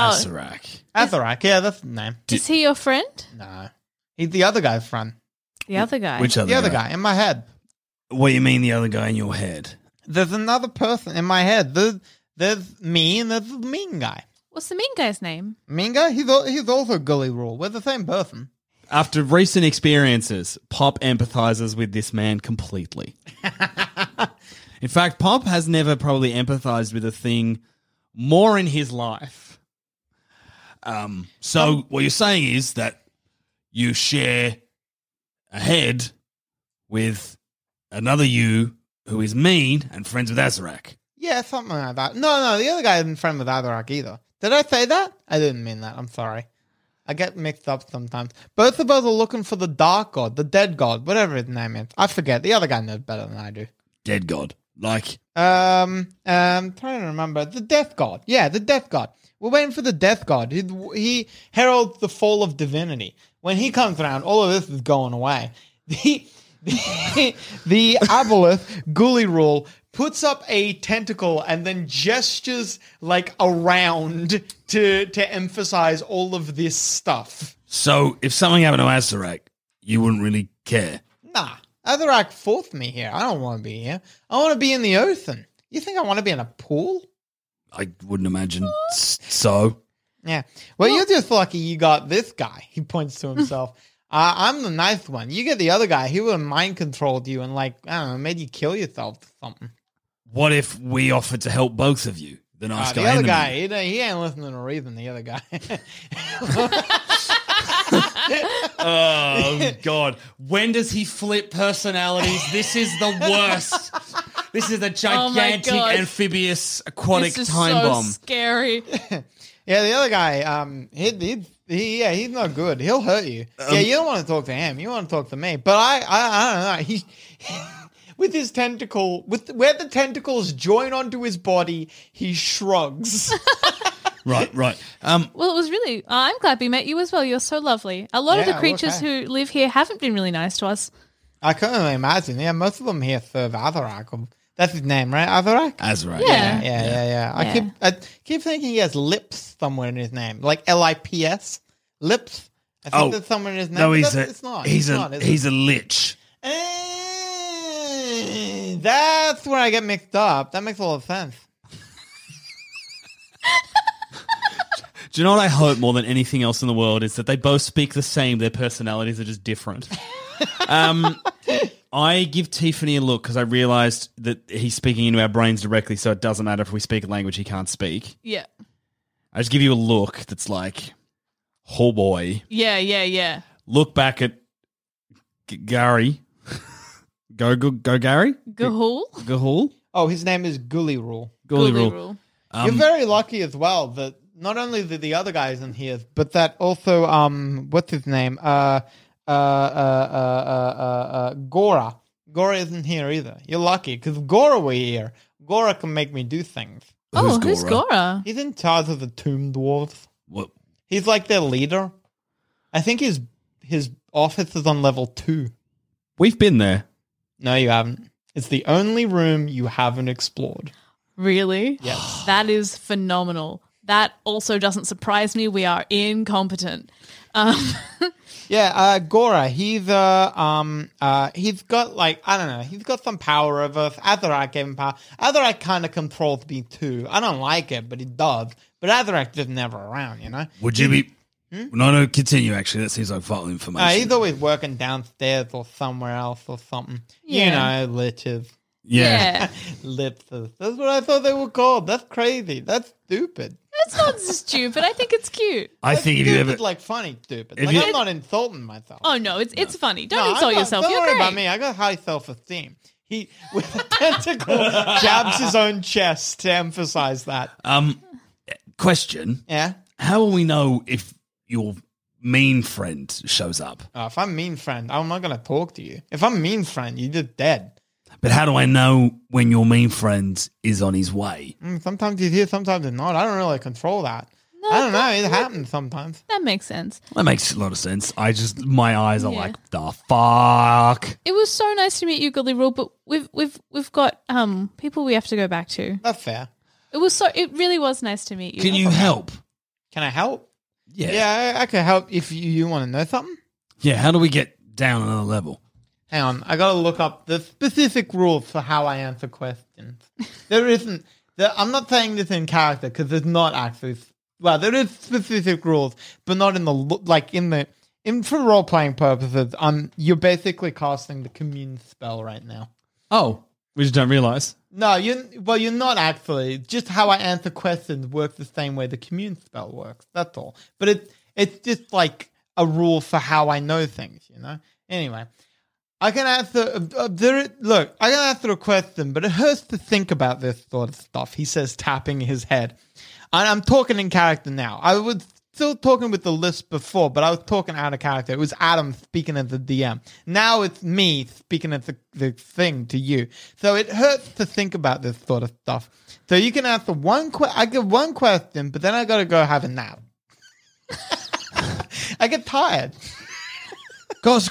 Oh.
Asarak.
Atharak. Yeah, that's the name.
Is he your friend?
No. He's the other guy's friend.
The other guy.
Which other?
The other guy in my head.
What do you mean the other guy in your head?
There's another person in my head. There's, there's me and there's the mean guy.
What's the mean guy's name?
Mean guy? He's, al- he's also Gully Rule. We're the same person.
After recent experiences, Pop empathizes with this man completely. in fact, Pop has never probably empathized with a thing more in his life. Um, so, what you're saying is that you share a head with another you who is mean and friends with Azarak.
Yeah, something like that. No, no, the other guy isn't friend with Atharak either. Did I say that? I didn't mean that. I'm sorry. I get mixed up sometimes. Both of us are looking for the dark god, the dead god, whatever his name is. I forget. The other guy knows better than I do.
Dead God. Like,
Um, um, trying to remember the death god. Yeah, the death god. We're waiting for the death god. He, he heralds the fall of divinity. When he comes around, all of this is going away. He the Aboleth Ghoulie rule puts up a tentacle and then gestures like around to to emphasize all of this stuff.
So if something happened to Asarak, you wouldn't really care.
Nah, Atherak fourth me here. I don't want to be here. I want to be in the Oathen. You think I want to be in a pool?
I wouldn't imagine s- so.
Yeah. Well, you're just lucky you got this guy. He points to himself. uh, I'm the ninth one. You get the other guy. He would have mind controlled you and like I don't know, made you kill yourself or something.
What if we offered to help both of you? The nice
Ah,
Uh, the
guy.
other
and the
guy, he, don't- he ain't listening to reason. The other guy.
Oh God! When does he flip personalities? This is the worst. This is a
Oh, my
gigantic
God.
amphibious aquatic
This is
time
so
bomb.
Scary.
yeah, the other guy. Um, he, he, he, yeah, he's not good. He'll hurt you.
Um,
yeah, you don't want to talk to him. You want to talk to me. But I, I, I don't know. He. With his tentacle, with where the tentacles join onto his body, he shrugs.
right, right. Um,
Well, it was really. I'm glad we met you as well. You're so lovely. A lot of
Yeah,
the
well,
creatures who live here haven't been really nice to us.
I can't really imagine. Yeah, most of them here serve Atharak. That's his name, right? Atharak.
Azrak.
Yeah.
Yeah, yeah, yeah. I
Yeah.
keep I keep thinking he has lips somewhere in his name, like L I P S, lips. I think
Oh,
that's somewhere in his name.
No,
but
he's
that's-
a
it's not.
he's
it's
a
not, is
he's
it?
a lich.
Eh, That's where I get mixed up. That makes a lot of sense.
Do you know what I hope more than anything else in the world is that they both speak the same. Their personalities are just different. um, I give Tiffany a look because I realized that he's speaking into our brains directly, so it doesn't matter if we speak a language he can't speak.
Yeah.
I just give you a look that's like, oh boy.
Yeah. Yeah. Yeah.
Look back at G- Gary. go, go, go, Gary.
Gahul.
Gahul. Um,
Oh, his name is Gully Rule.
Ghoulie
Ghoulie
rule.
Um,
You're very lucky as well that not only the, the other guys in here, but that also um, what's his name? Uh, uh, uh, uh, uh, uh, uh, Gora. Gora isn't here either. You're lucky because Gora were here. Gora can make me do things.
Oh, who's Gora?
He's in charge of the Tomb Dwarves.
What?
He's like their leader. I think his his office is on level two.
We've been there.
No, you haven't. It's the only room you haven't explored.
Really?
Yes.
That is phenomenal. That also doesn't surprise me. We are incompetent. Um,
Yeah, uh, Gora. He's uh, um, uh, he's got like I don't know. He's got some power over us. Atherak gave him power. Atherak kind of controls me too. I don't like it, but he does. But Atherak is never around, you know. Uh,
Would you be? No, no. Continue. Actually, that seems like vital
Uh,
information.
he's always working downstairs or somewhere else or something.
Yeah.
You know, liches,
yeah.
lipses. That's what I thought they were called. That's crazy. That's stupid.
That's not stupid. I think it's cute.
I think if you
Stupid,
ever
like funny stupid.
if
Like
you-
I'm not insulting myself.
Oh no, it's it's funny. Don't
No,
insult
I'm not-
yourself.
Don't
You're
worry
great.
about me. I got high self esteem. He with a tentacle jabs his own chest to emphasize that.
um, question:
Yeah.
How will we know if your mean friend shows up?
Oh, if I'm mean friend, I'm not gonna talk to you. If I'm mean friend, you're just dead.
But how do I know when your mean friend is on his way?
Mm, Sometimes he's here, sometimes he's not. I don't really control that. I don't know. It happens sometimes.
That makes sense.
That makes a lot of sense. I just my eyes are
Yeah.
like the fuck.
It was so nice to meet you, Goodly Rule, but we've we've we've got um people we have to go back to.
That's fair.
It was so it really was nice to meet you.
Can you help?
Can I help?
Yeah.
Yeah, I, I could help if you, you want to know something.
Yeah, how do we get down another level?
Hang on, I gotta look up the specific rules for how I answer questions. There isn't. There, I'm not saying this in character because there's not actually. Well, there is specific rules, but not in the lo- like in the in for role playing purposes. Um, you're basically casting the commune spell right now.
Oh, we just don't realize.
No, you. Well, you're not actually. Just how I answer questions works the same way the commune spell works. That's all. But it it's just like a rule for how I know things. You know. Anyway, I can answer. Uh, uh, there, look, I can answer a question, but it hurts to think about this sort of stuff. He says, tapping his head. And I'm talking in character now. I was still talking with the list before, but I was talking out of character. It was Adam speaking as the DM. Now it's me speaking as the, the thing to you. So it hurts to think about this sort of stuff. So you can answer one. Que- I get one question, but then I got to go have a nap. I get tired.
Cost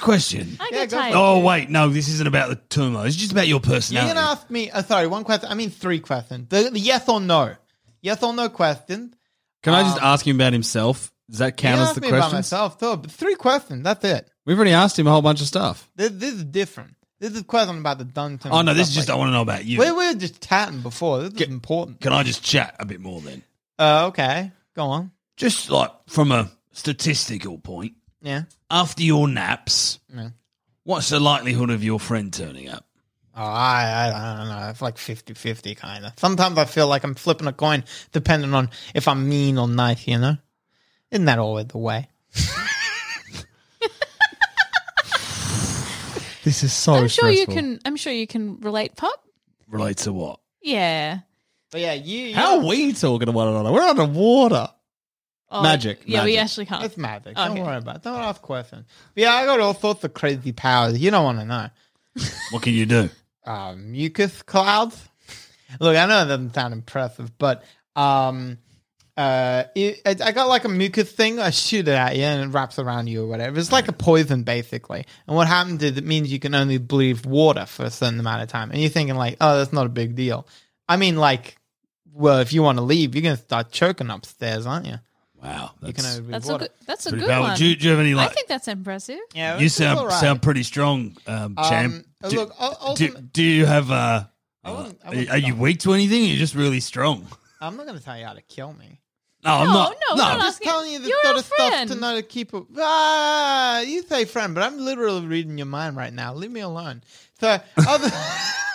question.
I
get
tired.
Oh wait, no, this isn't about the tumor. It's just about your
You're
personality.
gonna ask me. Uh, sorry, one question. I mean three questions. The, the yes or no, yes or no question.
Can I just ask him about himself? Does that count
You
as
asked
the
me
question?
By myself, too, but three questions. That's it.
We've already asked him a whole bunch of stuff.
This, this is different. This is a question about the done.
Oh no, this is just I want to know about you.
We, we were just tatting before. This is important.
Can I just chat a bit more then?
Uh, okay, go on.
Just like from a statistical point,
Yeah.
after your naps,
Yeah.
what's the likelihood of your friend turning up?
Oh, I, I don't know. It's like 50-50 kind of. Sometimes I feel like I'm flipping a coin, depending on if I'm mean or nice. You know, isn't that always the way?
This is so
I'm sure you can. I'm sure you can relate, pup.
Relate to what?
Yeah.
But yeah, you.
How are we talking to one another? We're underwater.
Oh,
Magic,
Yeah, we
magic.
actually can't.
It's magic. Don't
Okay.
worry about it. Don't ask questions. But yeah, I got all sorts of crazy powers. You don't want to know.
What can you do?
Uh, mucus clouds. Look, I know that doesn't sound impressive, but um, uh, it, I I got like a mucus thing. I shoot it at you, and it wraps around you or whatever. It's like a poison, basically. And what happens is it means you can only breathe water for a certain amount of time. And you're thinking like, oh, that's not a big deal. I mean, like, well, if you want to leave, you're gonna start choking upstairs, aren't you?
Wow,
You can only breathe
that's a
water.
good. That's a
Pretty
good
powerful.
one.
Do you- do you have any, like-
I think that's impressive.
Yeah,
you
it's- it's
sound
all right.
sound pretty strong, um, champ.
uh,
Do-
look, u-
do,
ultimate-
do you have uh,
I wouldn't- I
are,
wouldn't
are you
stop.
weak to anything? You're just really strong.
I'm not gonna tell you how to kill me.
No, I'm
No,
not.
no,
no.
we're not
I'm just
asking-
telling you the
You're
sort
our
of stuff to
friend.
know to keep. A, ah, you say friend, but I'm literally reading your mind right now. Leave me alone. So other,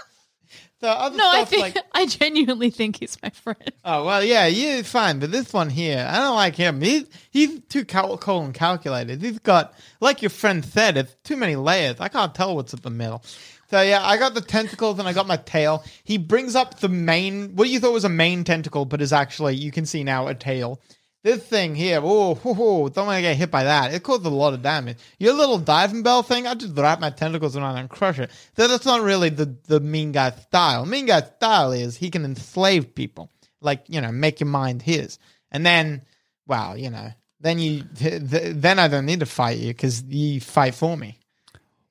so other
No, I
stuff
think
like
I genuinely think he's my friend.
oh well, yeah, you fine, but this one here, I don't like him. He he's too cal- cold and calculated. He's got like your friend said, it's too many layers. I can't tell what's at the middle. So yeah, I got the tentacles and I got my tail. He brings up the main, what you thought was a main tentacle, but is actually you can see now a tail. This thing here, oh, hoo, hoo, don't want to get hit by that. It caused a lot of damage. Your little diving bell thing, I just wrap my tentacles around it and crush it. So that's not really the, the mean guy style. Mean guy style is he can enslave people, like, you know, make your mind his. And then, well, you know, then you, th- th- then I don't need to fight you because you fight for me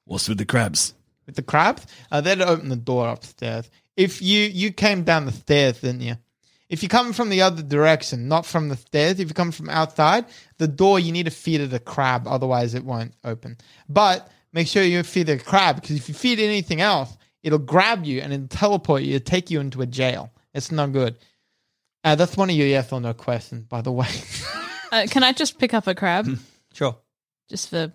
What's with the crabs?
with the crabs. Uh, they'd open the door upstairs. If you you came down the stairs, didn't you? If you come from the other direction, not from the stairs, if you come from outside, the door you need to feed it a crab, otherwise it won't open. But make sure you feed it a crab because if you feed it anything else, it'll grab you and it'll teleport you, it'll take you into a jail. It's no good. Uh, that's one of your yes or no questions, by the way.
Uh, can I just pick up a
Hmm.
crab,
sure.
just for?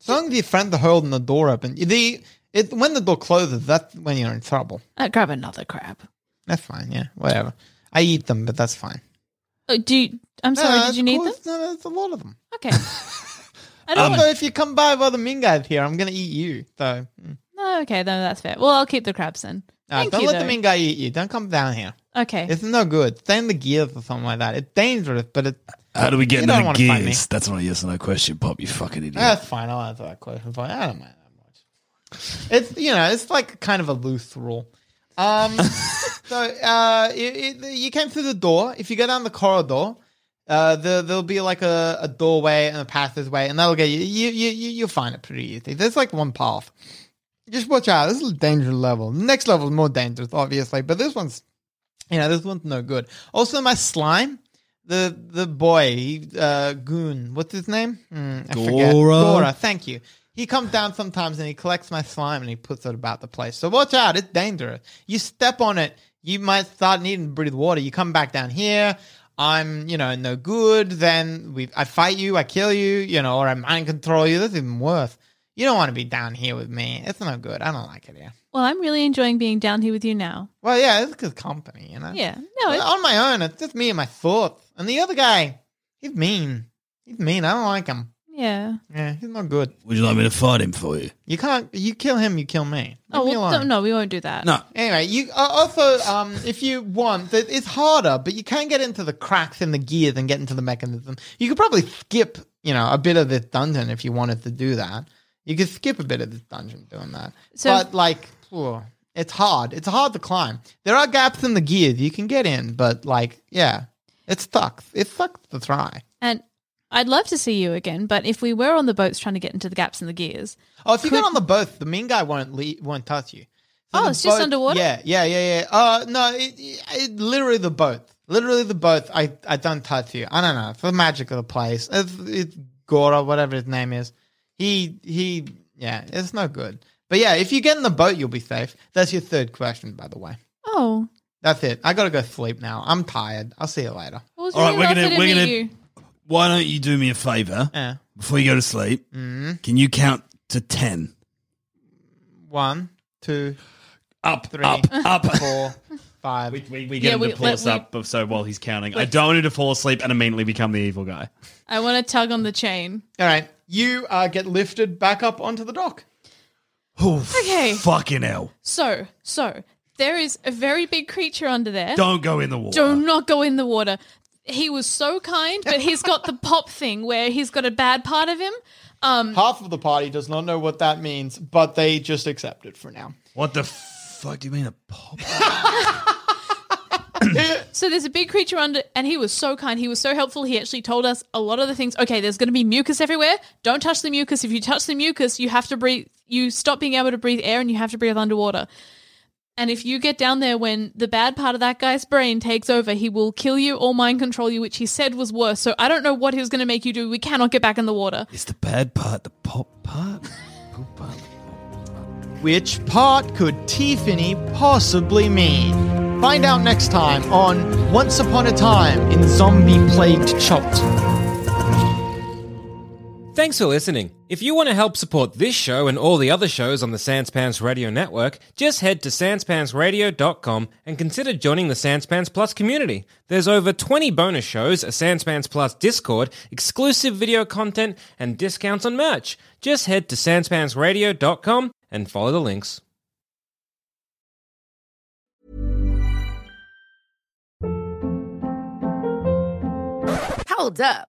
As long as your friends are holding the door open, the it, when the door closes, that's when you're in trouble.
Uh, grab another crab.
That's fine. Yeah, whatever. I eat them, but that's fine.
Oh, do you,
Uh,
I'm sorry. did you need them?
No, no, it's a lot of them.
Okay. I
Um,
don't.
also,
want,
if you come by while the mean guy's here, I'm gonna eat you. So mm.
no, Oh, okay, no, that's fair. Well, I'll keep the crabs then.
Uh,
Thank
don't
you.
let the
though.
mean guy eat you. Don't come down here.
okay.
It's no good. Stay in the gears or something like that. It's dangerous, but it.
How do we
You
get
don't
into the
wanna fight me. Uh,
gears? That's not a yes or no question, Pop. You fucking idiot.
That's fine. I'll answer that question for you. I don't mind that much. It's you know, it's like kind of a loose rule. Um, so uh, it, it, you came through the door. If you go down the corridor, uh, there, there'll be like a, a doorway and a passageway, and that'll get you. You you you you'll find it pretty easy. There's like one path. Just watch out. This is a dangerous level. The next level is more dangerous, obviously, but this one's you know, this one's no good. Also, my slime, the the boy, he, uh, goon, what's his name? Hmm, I forget.
Gora.
Gora, thank you. He comes down sometimes and he collects my slime and he puts it about the place. So watch out, it's dangerous. You step on it, you might start needing to breathe water. You come back down here. I'm, you know, no good. Then we, I fight you, I kill you, you know, or I mind control you. That's even worse. You don't want to be down here with me. It's no good. I don't like it here.
Well, I'm really enjoying being down here with you now.
Well, yeah, it's good company,
Uh,
you know.
Yeah. No.
Well,
It's,
on my own, it's just me and my thoughts. And the other guy, he's mean. He's mean. I don't like him.
yeah.
Yeah, he's not good.
Would you like me to fight him for you?
You can't. You kill him, you kill me. Leave
Oh
me
well,
alone.
don't, no, we won't do that.
No.
Anyway, you uh, also, um, if you want, it- it's harder, but you can get into the cracks in the gear than get into the mechanism. You could probably skip, you know, a bit of this dungeon if you wanted to do that. You could skip a bit of this dungeon doing that.
So-
but like, phew, it's hard. It's hard to climb. There are gaps in the gear you can get in, but like, yeah, it sucks. It sucks to try.
And I'd love to see you again, but if we were on the boats trying to get into the gaps in the gears,
Oh, if you get on the boat, the mean guy won't leave, won't touch you.
Oh,
the
it's just
boat-
underwater?
Yeah, yeah, yeah, yeah. Uh, no, it, it, literally the boat. Literally the boat. I, I don't touch you. I don't know. It's the magic of the place. It's, it's Gora, whatever his name is. He, he, yeah, it's no good. But yeah, if you get in the boat, you'll be safe. That's your third question, by the way.
oh,
That's it. I gotta go sleep now. I'm tired. I'll see you later.
I was
All right,
really
we're gonna-
lovely to
we're
meet
gonna-
you.
Why don't you do me a favor
Yeah.
before you go to sleep?
Mhm.
Can you count to ten?
One, two,
Up,
three,
up, up.
four, five.
We, we, we get
Yeah,
him
we-
to pull
let-
us
we-
up, so while he's counting, I
Let's-
don't want him to fall asleep and immediately become the evil guy.
I want to tug on the chain.
All right. You uh, get lifted back up onto the dock.
Okay,
Fucking hell!
so so there is a very big creature under there.
Don't go in the water.
Do not go in the water. He was so kind, but he's got the pop thing where he's got a bad part of him. Um,
Half of the party does not know what that means, but they just accept it for now.
What the fuck do you mean a pop?
so there's a big creature under, and he was so kind. He was so helpful. He actually told us a lot of the things. Okay, there's going to be mucus everywhere. Don't touch the mucus. If you touch the mucus, you have to breathe. You stop being able to breathe air, and you have to breathe underwater. And if you get down there when the bad part of that guy's brain takes over, he will kill you or mind control you, which he said was worse. So I don't know what he was going to make you do. We cannot get back in the water.
Is the bad part the pop part? Pop part.
Which part could Tiffany possibly mean? Find out next time on Once Upon a Time in Zombie Plagued Chult.
Thanks for listening. If you want to help support this show and all the other shows on the Sanspants Radio Network, just head to sanspantsradio.com and consider joining the Sanspants Plus community. There's over 20 bonus shows, a Sanspants Plus Discord, exclusive video content, and discounts on merch. Just head to sanspantsradio.com and follow the links.
Hold up.